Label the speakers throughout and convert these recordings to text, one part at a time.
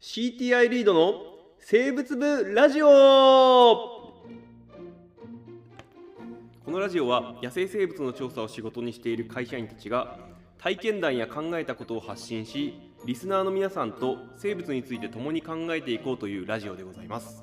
Speaker 1: CTI リードの生物部ラジオこのラジオは野生生物の調査を仕事にしている会社員たちが体験談や考えたことを発信しリスナーの皆さんと生物について共に考えていこうというラジオでございます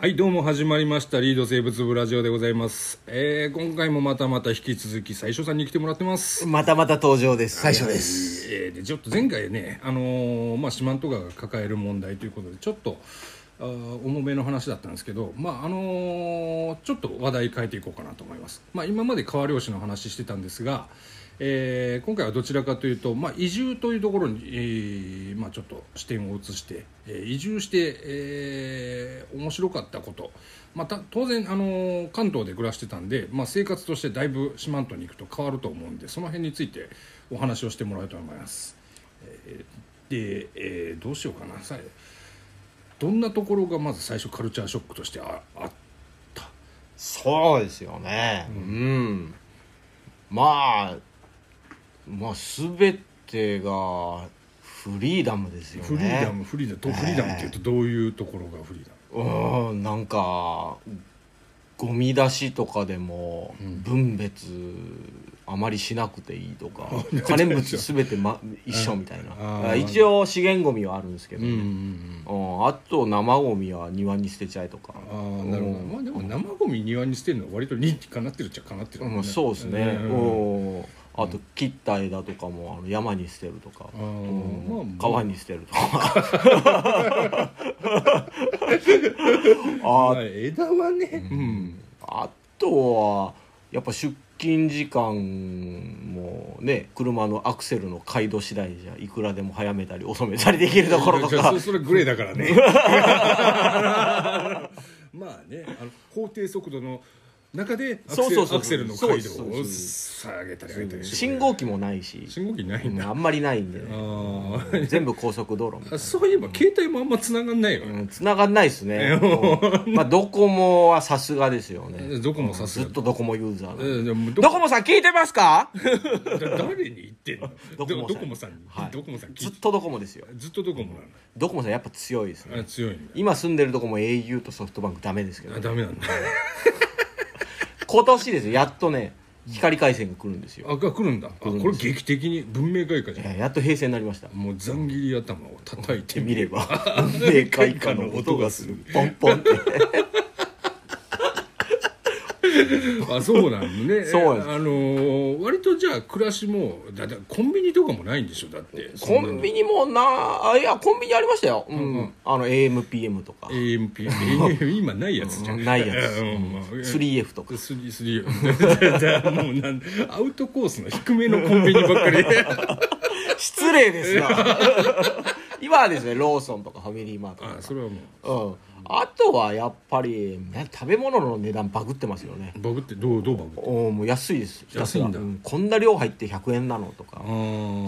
Speaker 2: はい、どうも始まりました。リード生物部ラジオでございます。えー、今回もまたまた引き続き最初さんに来てもらってます。
Speaker 3: またまた登場です。最初です。
Speaker 2: えー、で、ちょっと前回ね、あのーまあ、四万十川が抱える問題ということで、ちょっと、あー重めの話だったんですけど、まあ、あのーちょっと話題変えていこうかなと思います。まあ、今まで川漁師の話してたんですが、えー今回はどちらかというと、まあ、移住というところに、えーまあ、ちょっと視点を移して、えー移住して、えー面白かったこと、まあた当然、あのー関東で暮らしてたんで、まあ、生活としてだいぶ四万十に行くと変わると思うんでその辺についてお話をしてもらいたいと思います。えーで、えーどうしようかなさどんなところがまず最初カルチャーショックとしてああった
Speaker 3: そうですよね。うん。まあ、まあ、すべてがフリーダムですよね。
Speaker 2: フリーダム、フリーダムとフリーダムっていうとどういうところがフリーダム
Speaker 3: うん、なんか、ゴミ出しとかでも
Speaker 2: ん
Speaker 3: 分別あまりしなくていいと か、金持ちすべて、ま、一緒みたい
Speaker 2: あ
Speaker 3: な。
Speaker 2: ー
Speaker 3: 一応資源ゴミはあるんですけど、
Speaker 2: うんうん
Speaker 3: うんあと生ゴミは庭に捨てちゃえとか。
Speaker 2: うんああなるほど、
Speaker 3: うん
Speaker 2: まあでも生ゴミ庭に捨てるのは割と理にかなってるっちゃかなってる、
Speaker 3: うん、そうですね、
Speaker 2: うん
Speaker 3: おーあと切った枝とかもあの山に捨てるとか、
Speaker 2: あ
Speaker 3: う
Speaker 2: ー
Speaker 3: ん
Speaker 2: まあまあ
Speaker 3: 川に捨てると かあ
Speaker 2: まあ枝はね、
Speaker 3: うんあとはやっぱ出勤時間もね車のアクセルの回路次第じゃいくらでも早めたり遅めたりで きるところと
Speaker 2: じゃあ
Speaker 3: か
Speaker 2: そそれグレーだから ねまあねあの法定速度の中でアクセル
Speaker 3: そうそうそう
Speaker 2: アクセルの回路
Speaker 3: そうそうそ
Speaker 2: を
Speaker 3: う
Speaker 2: 下げたり上げたりして
Speaker 3: 信号機もないし、
Speaker 2: 信号機ないん
Speaker 3: うん
Speaker 2: だ
Speaker 3: あ
Speaker 2: あ
Speaker 3: んまりないんでね
Speaker 2: ー
Speaker 3: 全部高速道路みたいな
Speaker 2: あそういえば携帯もあんま繋がんないよね、
Speaker 3: うん繋がんないですね、うんまあドコモはさすがですよね
Speaker 2: どこもさす
Speaker 3: ず
Speaker 2: が
Speaker 3: っとドコモユーザーなんで
Speaker 2: うんでもど
Speaker 3: ドコモさん聞いてますか
Speaker 2: だ誰に言ってんの
Speaker 3: ドコモさ
Speaker 2: ど
Speaker 3: ん
Speaker 2: ドコモさんに、
Speaker 3: はい
Speaker 2: ドコモさん聞
Speaker 3: ず
Speaker 2: い
Speaker 3: っとドコモですよ
Speaker 2: ずっとドコモなの
Speaker 3: ドコモさんやっぱ強いです
Speaker 2: あれ
Speaker 3: ね
Speaker 2: 強いんだ
Speaker 3: 今住んでるとこも au とソフトバンクダメですけど
Speaker 2: あダメなんだ
Speaker 3: 今年ですよやっとね光回線が来るんですよ
Speaker 2: あが来るんだあこれ劇的に文明開化じゃん
Speaker 3: えーやっと平成になりました
Speaker 2: もうざん切り頭を叩いて
Speaker 3: 見
Speaker 2: み
Speaker 3: れ
Speaker 2: れば
Speaker 3: ば明快化の音がするポンポンって
Speaker 2: あそうなんね
Speaker 3: そうです
Speaker 2: あのー割とじゃあ暮らしもだだコンビニとかもないんでしょだって
Speaker 3: コンビニもなあいやコンビニありましたよ、うん
Speaker 2: うん
Speaker 3: あの AMPM とか
Speaker 2: AMP 今ないやつじゃん
Speaker 3: ないや つ、
Speaker 2: う
Speaker 3: うんん、
Speaker 2: 3
Speaker 3: 3F とか
Speaker 2: 3 3もうなんアウトコースの低めのコンビニばっ かり
Speaker 3: 失礼です よ今はですねローソンとかファミリーマートとか
Speaker 2: あそれはも
Speaker 3: うん、あとはやっぱりね食べ物の値段バグってますよね
Speaker 2: うバグってどうどうバグって
Speaker 3: おーもう安いですひたすら
Speaker 2: 安いんだ
Speaker 3: うこんな量入って100円なのとか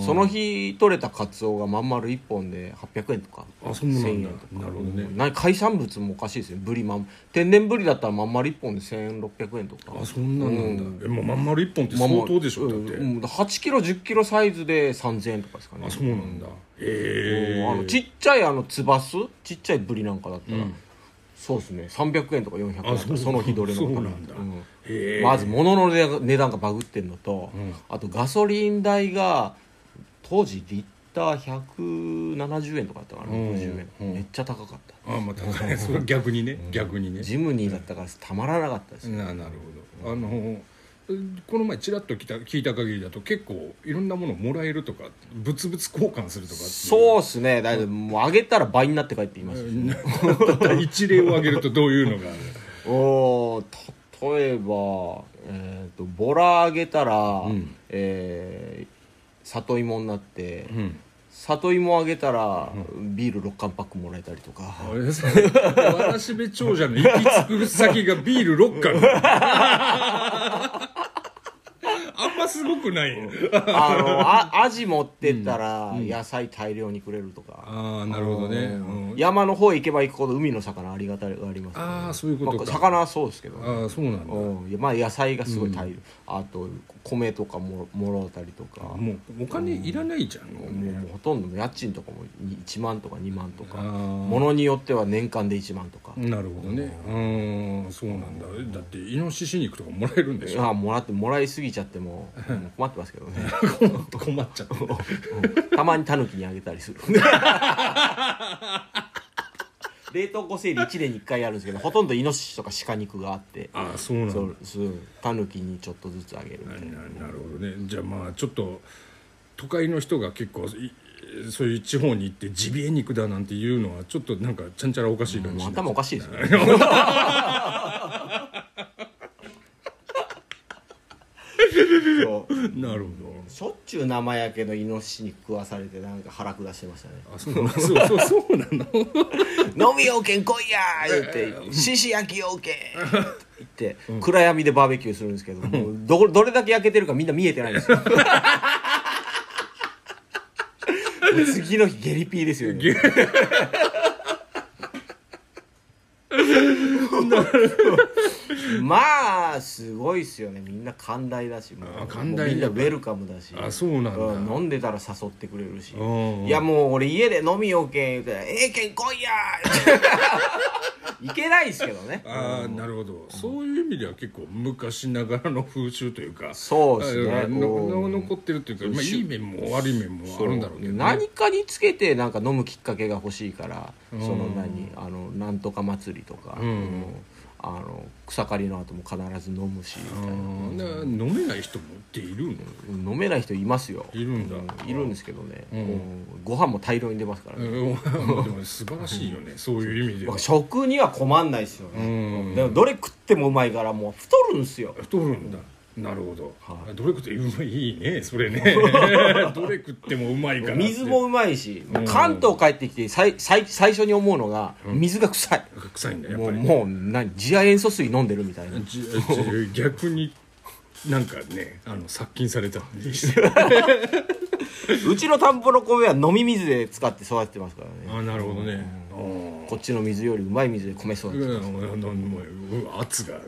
Speaker 3: そ
Speaker 2: そ
Speaker 3: の日取れたカツオがまん丸1本で800円とか
Speaker 2: あそんなもん
Speaker 3: 1000
Speaker 2: だ
Speaker 3: 円とか
Speaker 2: なるほどね
Speaker 3: うんな海産物もおかしいですねブリまん天然ブリだったらまん丸1本で1600円とか
Speaker 2: あそんななんだえもうまん丸一本って
Speaker 3: ま
Speaker 2: 相
Speaker 3: んま
Speaker 2: 当でしょだっ
Speaker 3: うん
Speaker 2: て
Speaker 3: うん8キロ1 0キロサイズで3000円とかですかね
Speaker 2: あそうなんだ
Speaker 3: う
Speaker 2: へえ
Speaker 3: んあのちっちゃいあのつばすちっちゃいブリなんかだったら、
Speaker 2: うん
Speaker 3: そうですね300円とか400円だ
Speaker 2: あ
Speaker 3: った
Speaker 2: そ
Speaker 3: ら
Speaker 2: う
Speaker 3: その日どれの
Speaker 2: そう
Speaker 3: か
Speaker 2: なんだ
Speaker 3: うん
Speaker 2: へえ
Speaker 3: まず物の値段値段がバグってんのと、
Speaker 2: うん
Speaker 3: あとガソリン代が当時リッター170円とかだったかな
Speaker 2: うん
Speaker 3: 60円、
Speaker 2: うん
Speaker 3: めっちゃ高かった
Speaker 2: あまあ高いそれは逆にね逆にね
Speaker 3: ジムニーだったからたまらなかったです、
Speaker 2: ななるほどあのうんこの前ちらっと聞いた聞いた限りだと結構いろんなものもらえるとか物々交換するとか
Speaker 3: そうっすねだいぶもう上げたら倍になって帰っています
Speaker 2: う
Speaker 3: し
Speaker 2: んだったら 一例を挙げるとどういうのがある
Speaker 3: おー例えば、えー、とボラあげたら、
Speaker 2: ん
Speaker 3: えー里芋になって、
Speaker 2: うん
Speaker 3: 里芋あげたら、ビール6缶パックもらえたりとか、
Speaker 2: あれですねわらしべ長者の行き着く先がビール6缶あんまはすごくないよ
Speaker 3: あのあアジ持ってったら
Speaker 2: うん
Speaker 3: 野菜大量にくれるとか、
Speaker 2: ああなるほどね、うん
Speaker 3: 山の方へ行けば行くほど海の魚ありがたがありますよね、
Speaker 2: あーそういうことか
Speaker 3: まあ魚はそうですけどね、
Speaker 2: ああそうなんだ
Speaker 3: うんいやまあ野菜がすごい大量、あと米とかももろうたりとかも
Speaker 2: もうお金いらないじゃん、
Speaker 3: う
Speaker 2: もう
Speaker 3: もうほとんど家賃とかも1万とか2万と
Speaker 2: あ
Speaker 3: か
Speaker 2: ー
Speaker 3: ものによっては年間で1万とか、
Speaker 2: なるほどねうんそうなんだだってイノシシ肉とかもらえるんでしょ
Speaker 3: あもらってもらいすぎちゃってもうもう困ってますけどね、
Speaker 2: 困っちゃ って
Speaker 3: うんたまにタヌキにあげた りする冷凍庫整理1年に1回やるんですけどほとんどイノシシとか鹿肉があって
Speaker 2: ああそうなんだ
Speaker 3: そうそうタヌキにちょっとずつあげるみたいな
Speaker 2: ななるほどねじゃあまあちょっと都会の人が結構いそういう地方に行ってジビエ肉だなんていうのはちょっとなんかちゃんちゃらおかしい感じ
Speaker 3: もう頭おかしいですよ ねそう
Speaker 2: なるほ
Speaker 3: しょっちゅう生焼けのイノシシに食わされてなんか腹下してましたね
Speaker 2: どあそうなのそうそうそうなの
Speaker 3: 「飲みようけん来いや!」言って「獅子焼きようけん!」って言って暗闇でバーベキューするんですけどもうどこどれだけ焼けてるかみんな見えてない んですよもう次の日ゲリピーですよね まあすごいっすよねみんな寛大だしも
Speaker 2: あ
Speaker 3: う
Speaker 2: 寛大
Speaker 3: みんなウェルカムだし
Speaker 2: あそうなんだ
Speaker 3: うん飲んでたら誘ってくれるし
Speaker 2: うん
Speaker 3: いやもう俺家で飲みよけん言うたら「ええけん来いや!」いけないっすけどね
Speaker 2: ああなるほどそういう意味では結構昔ながらの風習というか
Speaker 3: そうですね
Speaker 2: あの
Speaker 3: うん
Speaker 2: の残ってるというか、まあ、
Speaker 3: し
Speaker 2: いい面も悪い面もあるんだろうけど、ね、
Speaker 3: 何かにつけてなんか飲むきっかけが欲しいから、
Speaker 2: うん
Speaker 3: その何あのなんとか祭りとか、
Speaker 2: うん
Speaker 3: あの草刈りの後も必ず飲むしみたいな
Speaker 2: うんだから飲めない人もっているの
Speaker 3: 飲めない人いますよ
Speaker 2: いるんだ
Speaker 3: ういるんですけどね、
Speaker 2: うん
Speaker 3: うんご飯も大量に出ますからね、
Speaker 2: うん、でも素晴らしいよね、そういう意味では。
Speaker 3: 食には困んないですよ
Speaker 2: う
Speaker 3: ね、
Speaker 2: ん、
Speaker 3: でもどれ食ってもうまいからもう太るんすよ
Speaker 2: 太るんだ。なるほど。
Speaker 3: はい
Speaker 2: どれ食ってうまいいいね、そ れね。どれ食ってもうまいからって。
Speaker 3: 水もうまいし、
Speaker 2: うん
Speaker 3: 関東帰ってきて最最最初に思うのが水が臭い、
Speaker 2: 臭いんだやっ
Speaker 3: も
Speaker 2: ぱ
Speaker 3: う
Speaker 2: り。
Speaker 3: もう何次亜塩素水飲んでるみたいな
Speaker 2: じじ逆になんかね、あの殺菌された。
Speaker 3: うちの田んぼの米は飲み水で使って育ててますからね
Speaker 2: あ、なるほどね。うん
Speaker 3: こっちの水よりうまい水で米育ててます
Speaker 2: うんもう圧が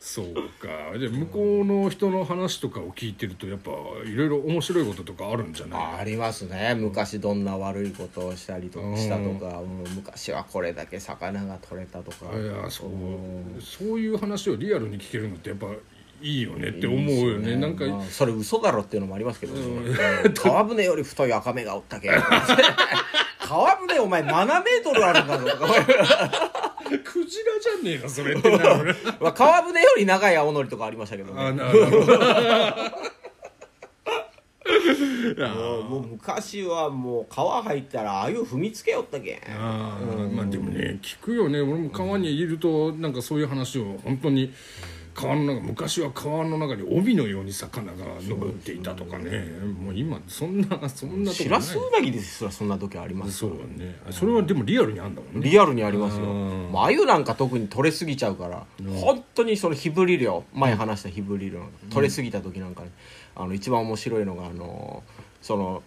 Speaker 2: そうかじゃあ向こうの人の話とかを聞いてるとやっぱいろいろ面白いこととかあるんじゃない
Speaker 3: ありますね昔どんな悪いことをしたりと
Speaker 2: うん
Speaker 3: かしたとか、うん昔はこれだけ魚が取れたとか
Speaker 2: いやそうそういう話をリアルに聞けるのってやっぱいいよねって思うよねなんか、
Speaker 3: まあそれ嘘だろっていうのもありますけどね、 うん川船より太い赤目がおったけ 川船お前7メートルあるんだぞとか
Speaker 2: クジラじゃねえかそれってなるね
Speaker 3: まあ川船より長い青のりとかありましたけど
Speaker 2: あ
Speaker 3: ね
Speaker 2: なるほどあ
Speaker 3: もうもう昔はもう川入ったらあゆ踏みつけよったけん
Speaker 2: あーまあでもね聞くよね俺も川にいるとなんかそういう話を本当に川の中昔は川の中に帯のように魚が登っていたとかねもう今そんなそんなと
Speaker 3: シ
Speaker 2: こな
Speaker 3: ラ
Speaker 2: い
Speaker 3: スウナギですらそんな時あります
Speaker 2: そうねそれはでもリアルにあんだもんね
Speaker 3: リアルにありますよ
Speaker 2: うん
Speaker 3: まあ鮎なんか特に取れすぎちゃうから本当にその火振り漁前話した火振り漁取れすぎた時なんかにあの一番面白いのがあのその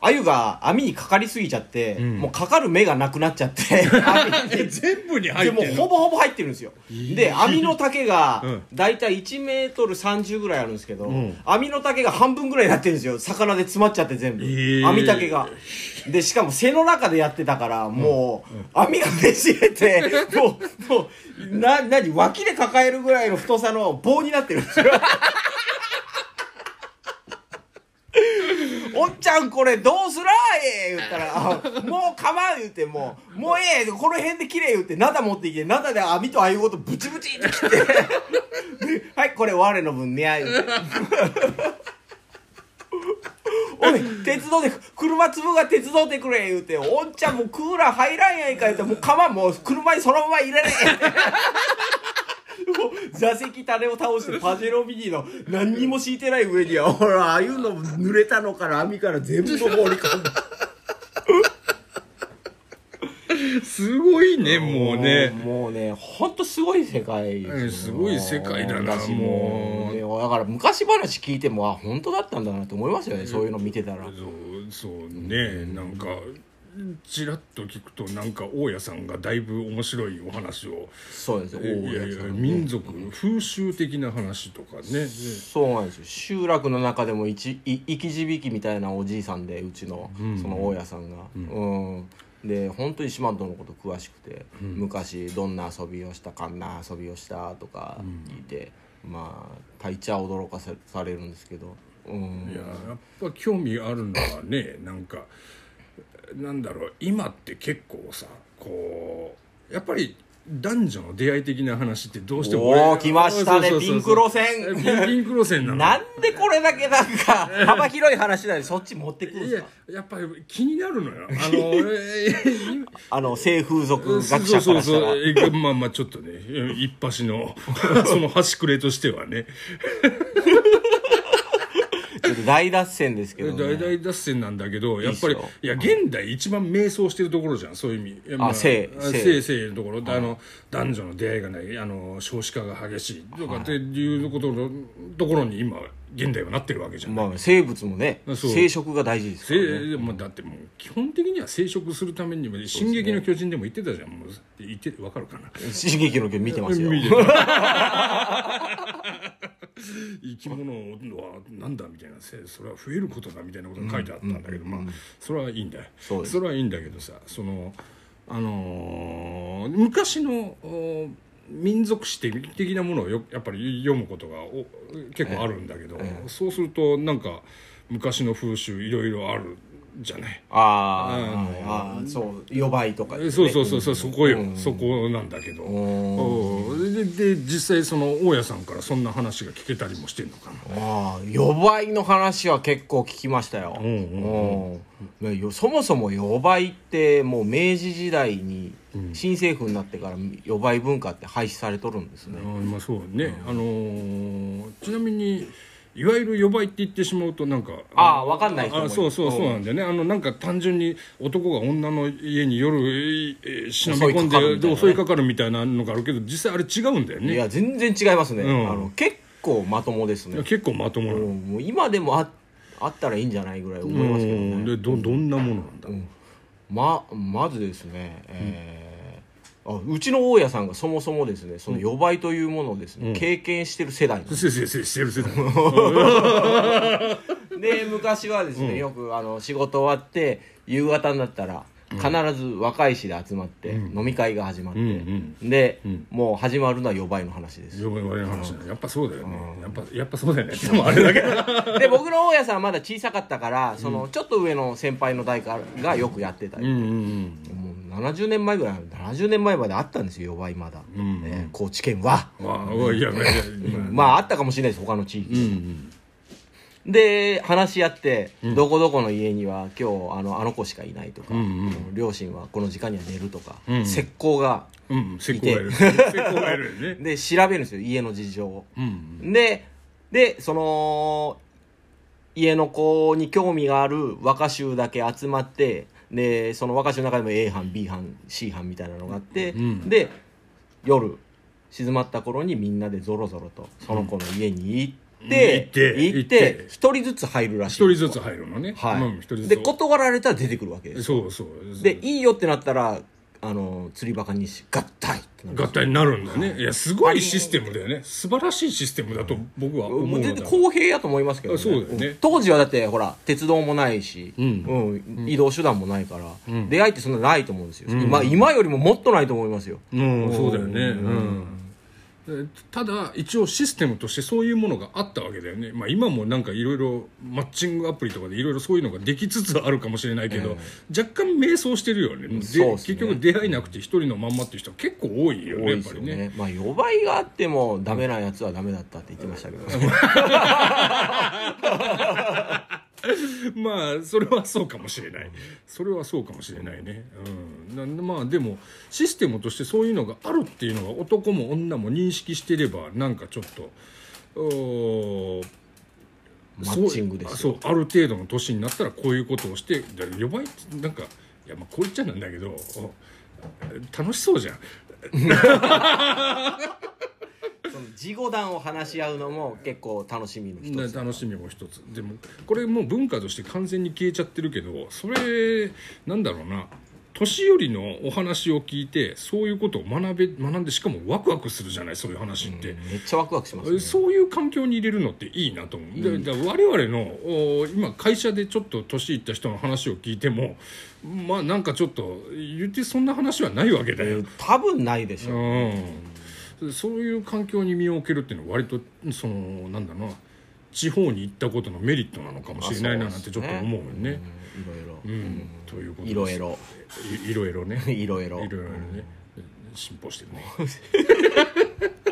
Speaker 3: 鮎が網にかかりすぎちゃって、
Speaker 2: ん
Speaker 3: もうかかる目がなくなっ ちゃって網に
Speaker 2: 全部に
Speaker 3: でもうほぼほぼ入ってるんですよで網の丈が
Speaker 2: うん
Speaker 3: 大体1メートル30ぐらいあるんですけど、
Speaker 2: ん
Speaker 3: 網の丈が半分ぐらいになってるんですよ魚で詰まっちゃって全部、
Speaker 2: ー
Speaker 3: 網丈がでしかも背の中でやってたからもう、網がねじれ てもうもうな何脇で抱えるぐらいの太さの棒になってるんですよ おっちゃんこれどうすらええ言ったらあ「もうかまん」言ってもう「もうええこの辺で切れ」言ってナタ持ってきてナタで網とあいうごとブチブチって切ってで「はいこれ我の分ねや」言うて「おい鉄道で車粒が鉄道でくれ」言うて「おっちゃんもうクーラー入らんやんか」言うて「もうかまんもう車にそのまま入れねえ」もう座席種を倒してパジェロミニの何にも敷いてない上にはほらああいうの濡れたのから網から全部放り込んだ
Speaker 2: すごいねもうね
Speaker 3: もうねほんとすごい世界ですよ
Speaker 2: えーすごい世界だな
Speaker 3: 私
Speaker 2: もう
Speaker 3: でだから昔話聞いてもあ本当だったんだなって思いますよね、そういうの見てたら
Speaker 2: そうそうねなんかちらっと聞くとなんか大家さんがだいぶ面白いお話を
Speaker 3: そうですよ
Speaker 2: いやいや民族風習的な話とかね
Speaker 3: そうなんですよ集落の中でも一い生き字引みたいなおじいさんでうちの
Speaker 2: ん
Speaker 3: その大家さんがうん、で本当に四万十のこと詳しくて、昔どんな遊びをしたかんな遊びをしたとか聞いて、まあ大ちゃ驚かせされるんですけどうん
Speaker 2: いややっぱ興味あるのはねなんかなんだろう今って結構さこうやっぱり男女の出会い的な話ってどうしても
Speaker 3: おー来ましたね
Speaker 2: そうそうそうそう
Speaker 3: ピンク路
Speaker 2: ピンピンク路線なの
Speaker 3: なんでこれだけなん か幅広い話なのにそっち持ってくるん
Speaker 2: い
Speaker 3: で
Speaker 2: や
Speaker 3: すか
Speaker 2: やっぱり気になるのよあ のえー
Speaker 3: あの性風俗
Speaker 2: そう
Speaker 3: 学者か
Speaker 2: そう
Speaker 3: らした
Speaker 2: そ
Speaker 3: ら
Speaker 2: うえーまあまあちょっとね一発 のその端くれとしてはね
Speaker 3: ちょっと大脱線ですけど、ね、
Speaker 2: 大々脱線なんだけどやっぱ
Speaker 3: い
Speaker 2: り
Speaker 3: いっすよ
Speaker 2: いや現代一番迷走してるところじゃんそういう意味いやま
Speaker 3: あ性性
Speaker 2: 性性のところあの男女の出会いがないあの少子化が激しいとかっていうことのところに今現代はなってるわけじゃん、
Speaker 3: まあ生物もね生
Speaker 2: そう
Speaker 3: 殖が大事ですから、ね、
Speaker 2: せまあ、だってもう基本的には生殖するためにも「進撃の巨人」でも言ってたじゃんもう言ってわかるかな
Speaker 3: 進撃の巨人見てますよ
Speaker 2: 見 て生き物はなんだみたいなせそれは増えることだみたいなことが書いてあったんだけど、まあそれはいいんだよ
Speaker 3: そうです
Speaker 2: れはいいんだけどさそのあのー昔のお民族史的なものをよやっぱり読むことがお結構あるんだけど、そうするとなんか昔の風習いろいろあるじゃない。
Speaker 3: あーあーそう予売とか
Speaker 2: え
Speaker 3: です
Speaker 2: そ
Speaker 3: ね
Speaker 2: うそうそうそうそこよ、そこなんだけどうんでで実際その大家さんからそんな話が聞けたりもしてんのかな
Speaker 3: ああ予売の話は結構聞きましたよ、
Speaker 2: ん
Speaker 3: うんねよそもそも予売ってもう明治時代に新政府になってから予売文化って廃止されとるんですね、
Speaker 2: あまあそうね、あのーちなみにいわゆる予売って言ってしまうとなんか
Speaker 3: ああわかんない人も
Speaker 2: あ
Speaker 3: いる
Speaker 2: そうそうそうなんだよねあのなんか単純に男が女の家に夜えー忍び込んで
Speaker 3: 襲いかかるみたいなね
Speaker 2: で襲いかかるみたいなのがあるけど実際あれ違うんだよ
Speaker 3: い
Speaker 2: ね
Speaker 3: や全然違いますね、
Speaker 2: うん
Speaker 3: あの結構まともですね
Speaker 2: 結構まともな
Speaker 3: う
Speaker 2: の、
Speaker 3: んもう今でもああったらいいんじゃないぐらい思いますけどね、
Speaker 2: うんでどどんなものなんだ、
Speaker 3: ままずですね、えーあうちの大家さんがそもそもですねその予売というものをですね、経験してる世代なんです
Speaker 2: せせせしてるせ
Speaker 3: で昔はですね、よくあの仕事終わって夕方になったら必ず若い市で集まって、飲み会が始まって、
Speaker 2: うん
Speaker 3: で、もう始まるのは予売の話です
Speaker 2: よく言われる話だねやっぱそうだよねやっぱやっぱそうだよねでもあれだけだ
Speaker 3: で僕の大家さんはまだ小さかったからそのちょっと上の先輩の代からがよくやってたり、
Speaker 2: うんうん
Speaker 3: もう70年前ぐらい70年前まであったんですよ予売まだ、
Speaker 2: ん
Speaker 3: えー高知県は、
Speaker 2: うんわあおいいやいやいや今
Speaker 3: まああったかもしれないです他の地域、
Speaker 2: うんうん
Speaker 3: で話し合って、どこどこの家には今日あのあの子しかいないとか、
Speaker 2: んうん
Speaker 3: 両親はこの時間には寝るとか、
Speaker 2: ん
Speaker 3: 石膏が
Speaker 2: うんうん石膏がいる石膏がいるよね
Speaker 3: で調べるんですよ家の事情を、
Speaker 2: うん
Speaker 3: ででその家の子に興味がある若衆だけ集まってでその若衆の中でも A 班 B 班 C 班みたいなのがあって、
Speaker 2: ん
Speaker 3: で夜静まった頃にみんなでぞろぞろとその子の家に行って、
Speaker 2: 行って
Speaker 3: 行っ
Speaker 2: 行って
Speaker 3: て一人ずつ入るらしい
Speaker 2: 一人ずつ入るのね
Speaker 3: はい、
Speaker 2: うん一人ずつ
Speaker 3: で断られたら出てくるわけです
Speaker 2: そうそう
Speaker 3: でいいよってなったらあの釣りバカにし合体ってなる
Speaker 2: 合体になるんだよねいやすごいシステムだよね素晴らしいシステムだと僕は思うの
Speaker 3: もう
Speaker 2: だ
Speaker 3: 全然公平やと思いますけど、
Speaker 2: あそうだよね
Speaker 3: ん当時はだってほら鉄道もないし、
Speaker 2: ん
Speaker 3: うん移動手段もないから、出会いってそんなないと思うんですよ、今今よりももっとないと思いますよ、
Speaker 2: うんそうだよねうんでただ一応システムとしてそういうものがあったわけだよね、まあ、今もなんかいろいろマッチングアプリとかでいろいろそういうのができつつあるかもしれないけど、若干迷走してるよねで
Speaker 3: そうっす
Speaker 2: 結
Speaker 3: ね
Speaker 2: 局出会いなくて一人のまんまっていう人は結構多いよ
Speaker 3: 多
Speaker 2: ね
Speaker 3: い
Speaker 2: やっ
Speaker 3: で
Speaker 2: ぱ
Speaker 3: す
Speaker 2: りね
Speaker 3: よねまあ予売があってもダメなやつはダメだったって言ってましたけど、
Speaker 2: まあそれはそうかもしれないそれはそうかもしれないね、うん、なんでまあでもシステムとしてそういうのがあるっていうのが男も女も認識してればなんかちょっとおー
Speaker 3: マッチングですよ
Speaker 2: そうあそうある程度の年になったらこういうことをしてだから呼ばいなんかいやまあこう言っちゃなんだけどお楽しそうじゃん
Speaker 3: その事後談を話し合うのも結構楽しみの一つ
Speaker 2: 楽しみも一つでもこれもう文化として完全に消えちゃってるけどそれなんだろうな年寄りのお話を聞いてそういうことを学べ学んでしかもワクワクするじゃないそういう話って、
Speaker 3: めっちゃワクワクしますね
Speaker 2: そういう環境に入れるのっていいなと思う、だだ我々のお今会社でちょっと年いった人の話を聞いてもまあなんかちょっと言ってそんな話はないわけだよ、
Speaker 3: 多分ないでしょ
Speaker 2: うん、そういう環境に身を置けるっていうのは割とそのなんだろうな地方に行ったことのメリットなのかもしれないななんてちょっと思うよね。
Speaker 3: いろ
Speaker 2: う
Speaker 3: いろ
Speaker 2: ん、ということ
Speaker 3: いろいろ
Speaker 2: いいろいろね
Speaker 3: いろいろ
Speaker 2: いろいろね進歩してるね。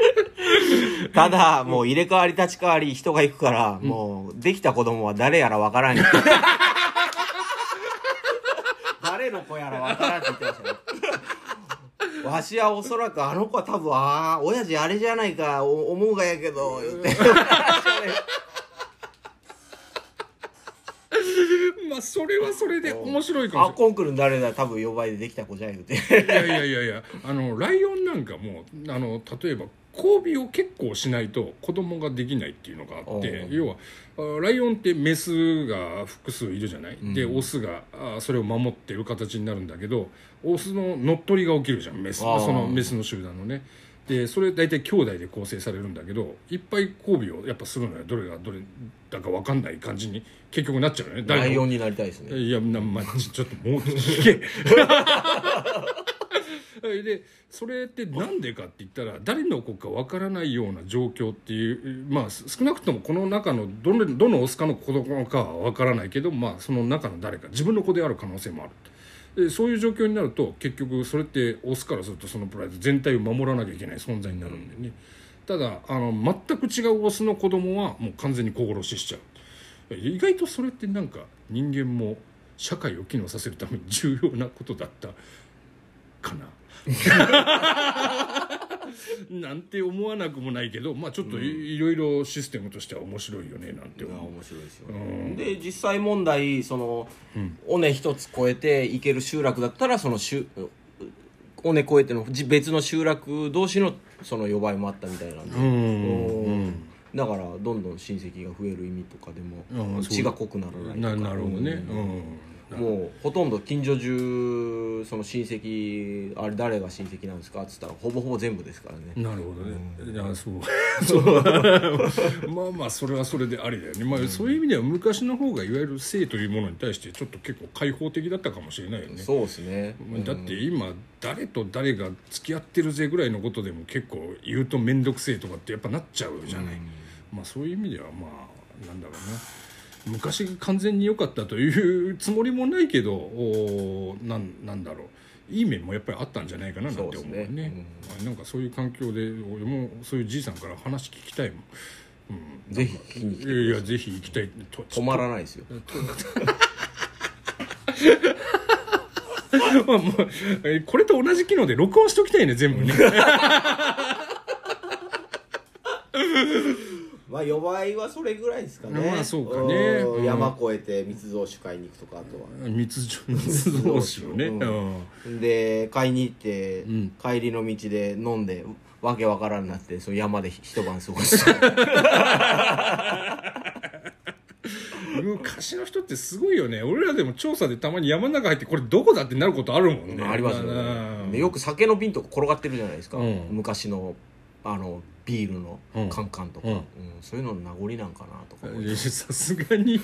Speaker 3: ただもう入れ替わり立ち替わり人が行くからもうできた子供は誰やらわからん誰の子やらわからんって言ってましたねわしはおそらくあの子は多分ああ親父あれじゃないかお思うがやけど言って
Speaker 2: まあそれはそれで面白いかもしれ
Speaker 3: あ
Speaker 2: ない。
Speaker 3: コンクールの誰だ多分呼ばれてできた子じゃん言うて
Speaker 2: いやいやいやいやあのライオンなんかもあの例えば交尾を結構しないと子供ができないっていうのがあって
Speaker 3: おう
Speaker 2: 要はあライオンってメスが複数いるじゃない、でオスがあそれを守ってる形になるんだけどオスの乗っ取りが起きるじゃんメス
Speaker 3: あー
Speaker 2: そのメスの集団のねでそれ大体兄弟で構成されるんだけどいっぱい交尾をやっぱするのよどれがどれだか分かんない感じに結局なっちゃうよね
Speaker 3: ラ
Speaker 2: 誰
Speaker 3: イ
Speaker 2: の
Speaker 3: オンになりたいですね
Speaker 2: いや、なまあ、ちちょっともう 聞け。でそれってなんでかって言ったら誰の子かわからないような状況っていうまあす少なくともこの中のどのどのオスかの子供かはわからないけどまあその中の誰か自分の子である可能性もあるでそういう状況になると結局それってオスからするとそのプライド全体を守らなきゃいけない存在になるんでね、ただあの全く違うオスの子供はもう完全に子殺ししちゃう意外とそれってなんか人間も社会を機能させるために 重要なことだったかな。 なんて思わなくもないけど、まあ、ちょっとい,、ろいろシステムとしては面白いよねなんて
Speaker 3: いや
Speaker 2: 思う。
Speaker 3: 面白いですよ、ね、で実際問題その、尾根一つ越えて行ける集落だったらその集尾根越えてのじ別の集落同士のその呼ばいもあったみたいなんで、
Speaker 2: うん
Speaker 3: うんだからどんどん親戚が増える意味とかで
Speaker 2: う
Speaker 3: も
Speaker 2: ん
Speaker 3: 血が濃くならないとか
Speaker 2: ななるほどね。うん
Speaker 3: もうほとんど近所中その親戚あれ誰が親戚なんですかっつったらほぼほぼ全部ですからね、
Speaker 2: なるほどね、いやそう そうまあまあそれはそれでありだよね、まあ、そういう意味では昔の方がいわゆる性というものに対してちょっと結構開放的だったかもしれないよね
Speaker 3: そうですね
Speaker 2: だって今誰と誰が付き合ってるぜぐらいのことでも結構言うと面倒くせえとかってやっぱなっちゃうじゃない、まあ、そういう意味ではまあなんだろうな昔が完全に良かったというつもりもないけどおーなんなんだろういい面もやっぱりあったんじゃないかななんて思う
Speaker 3: そう
Speaker 2: ね
Speaker 3: ですね
Speaker 2: まあなんかそういう環境で俺もそういうじいさんから話聞きたいもん
Speaker 3: ぜひ聞きに来て
Speaker 2: いやいやぜひ行きたいと
Speaker 3: 止まらないですよ
Speaker 2: まあもう えこれと同じ機能で録音しときたいね全部ね
Speaker 3: まあ、予売はそれぐらいですかね。
Speaker 2: まあそうかね
Speaker 3: う
Speaker 2: う
Speaker 3: ん
Speaker 2: ん
Speaker 3: 山越えて密造酒買いに行くとか、あとは。
Speaker 2: 密造密造酒をね、
Speaker 3: うん
Speaker 2: うん
Speaker 3: で、買いに行って、
Speaker 2: ん
Speaker 3: 帰りの道で飲んで、わけわからんなって、その山で一晩過ご した。
Speaker 2: 昔の人ってすごいよね俺らでも調査でたまに山の中入ってこれどこだってなることあるもんね
Speaker 3: ありますよ
Speaker 2: う
Speaker 3: ね。
Speaker 2: ん
Speaker 3: でよく酒の瓶とか転がってるじゃないですか。
Speaker 2: うん
Speaker 3: 昔の、あの、ビールの
Speaker 2: うん
Speaker 3: カンカンとか、
Speaker 2: う
Speaker 3: うんんそういうのの名残なんかなとか思 い
Speaker 2: い
Speaker 3: ま
Speaker 2: や
Speaker 3: す。
Speaker 2: さすがに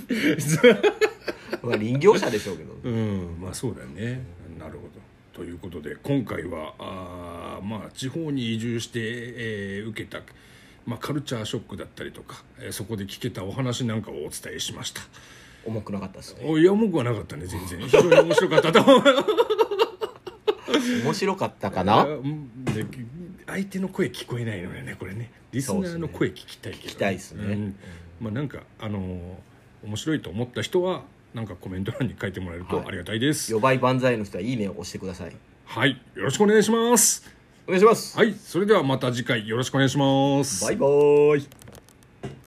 Speaker 3: まあ林業者でしょうけど。
Speaker 2: うんまあそうだねなるほどということで今回はあーまあ地方に移住して、えー受けた、まあ、カルチャーショックだったりとか、えーそこで聞けたお話なんかをお伝えしました
Speaker 3: 重くなかったですね。
Speaker 2: おいや文句はなかったね全然非常に面白かったと思う
Speaker 3: 面白かったか
Speaker 2: あ
Speaker 3: な
Speaker 2: うんで相手の声聞こえないのよねこれねリスナーの声聞きたいけど、
Speaker 3: 聞きたいっすね
Speaker 2: うんまあなんかあのー面白いと思った人はなんかコメント欄に書いてもらえると
Speaker 3: はい
Speaker 2: ありがたいです
Speaker 3: 予売万歳の人はいいねを押してください。
Speaker 2: はい、よろしくお願いします
Speaker 3: お願いします。
Speaker 2: はいそれではまた次回よろしくお願いします
Speaker 3: バイバーイ。